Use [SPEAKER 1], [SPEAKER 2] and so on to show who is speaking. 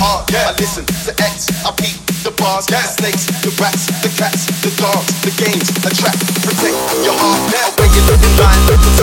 [SPEAKER 1] hard. Yeah. I listen to X, I peep the bars, yeah. the snakes, the rats, the cats, the dogs, the games. Attract, protect your heart. Yeah. When you're looking blind,